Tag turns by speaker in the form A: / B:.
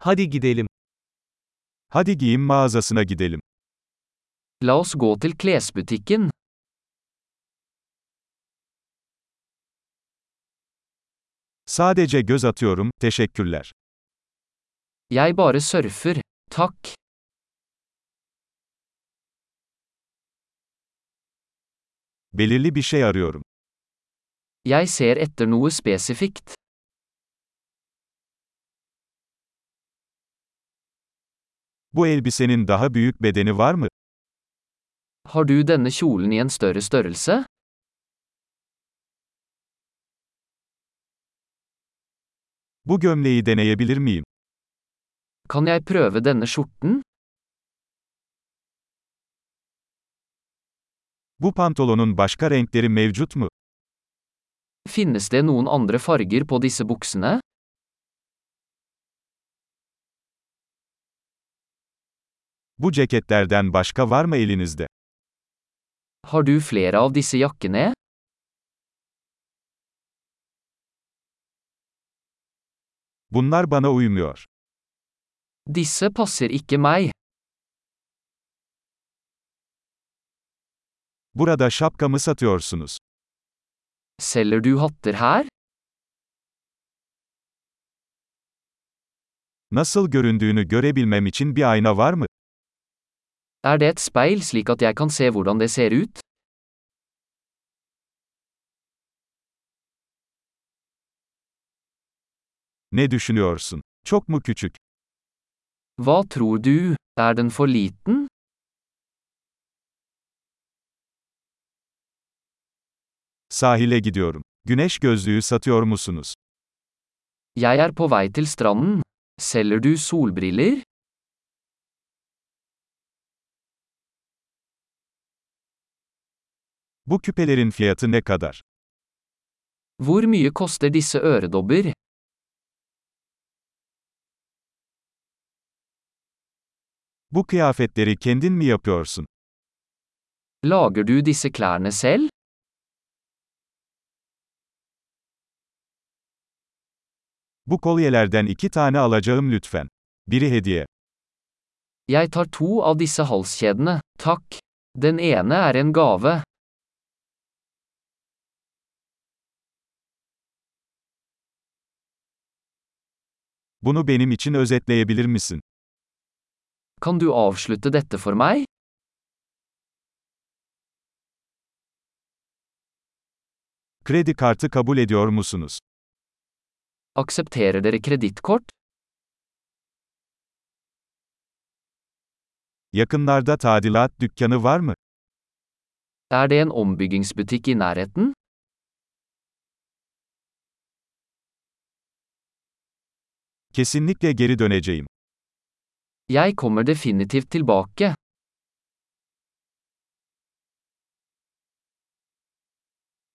A: Hadi gidelim.
B: Hadi giyim mağazasına gidelim.
C: La oss gå til klesbutikken.
B: Sadece göz atıyorum, teşekkürler.
C: Jeg bare surfer. Takk.
B: Belirli bir şey arıyorum.
C: Jeg ser etter noe spesifikt.
B: Bu elbisenin daha büyük bedeni var mı?
C: Har du denne kjolen i en større størrelse?
B: Bu gömleği deneyebilir miyim?
C: Kan jeg prøve denne skjorten?
B: Bu pantolonun başka renkleri mevcut mu?
C: Finnes det noen andre farger på disse buksene?
B: Bu ceketlerden başka var mı elinizde?
C: Har du flere av disse jakkene?
B: Bunlar bana uymuyor.
C: Disse passer ikke meg.
B: Burada şapkamı satıyorsunuz.
C: Selger du hatter her?
B: Nasıl göründüğünü görebilmem için bir ayna var mı?
C: Er det et speil slik at jeg kan se hvordan det ser ut?
B: Ne düşünüyorsun? Çok mu küçük?
C: Hva tror du? Er den for liten?
B: Sahile gidiyorum. Güneş gözlüğü satıyor musunuz?
C: Jeg er på vei til stranden. Selger du solbriller?
B: Bu küpelerin fiyatı ne kadar?
C: Hvor mye koster disse øredobber?
B: Bu kıyafetleri kendin mi yapıyorsun?
C: Lager du disse klærne selv?
B: Bu kolyelerden iki tane alacağım lütfen. Biri hediye.
C: Jeg tar to av disse halskjedene, takk. Den ene er en gave.
B: Bunu benim için özetleyebilir misin?
C: Kan du avslutte dette for meg?
B: Kredi kartı kabul ediyor musunuz?
C: Aksepterer dere kredittkort?
B: Yakınlarda tadilat dükkanı var mı?
C: Er det en ombyggingsbutikk i nærheten?
B: Kesinlikle geri döneceğim.
C: Jeg kommer definitivt tilbake.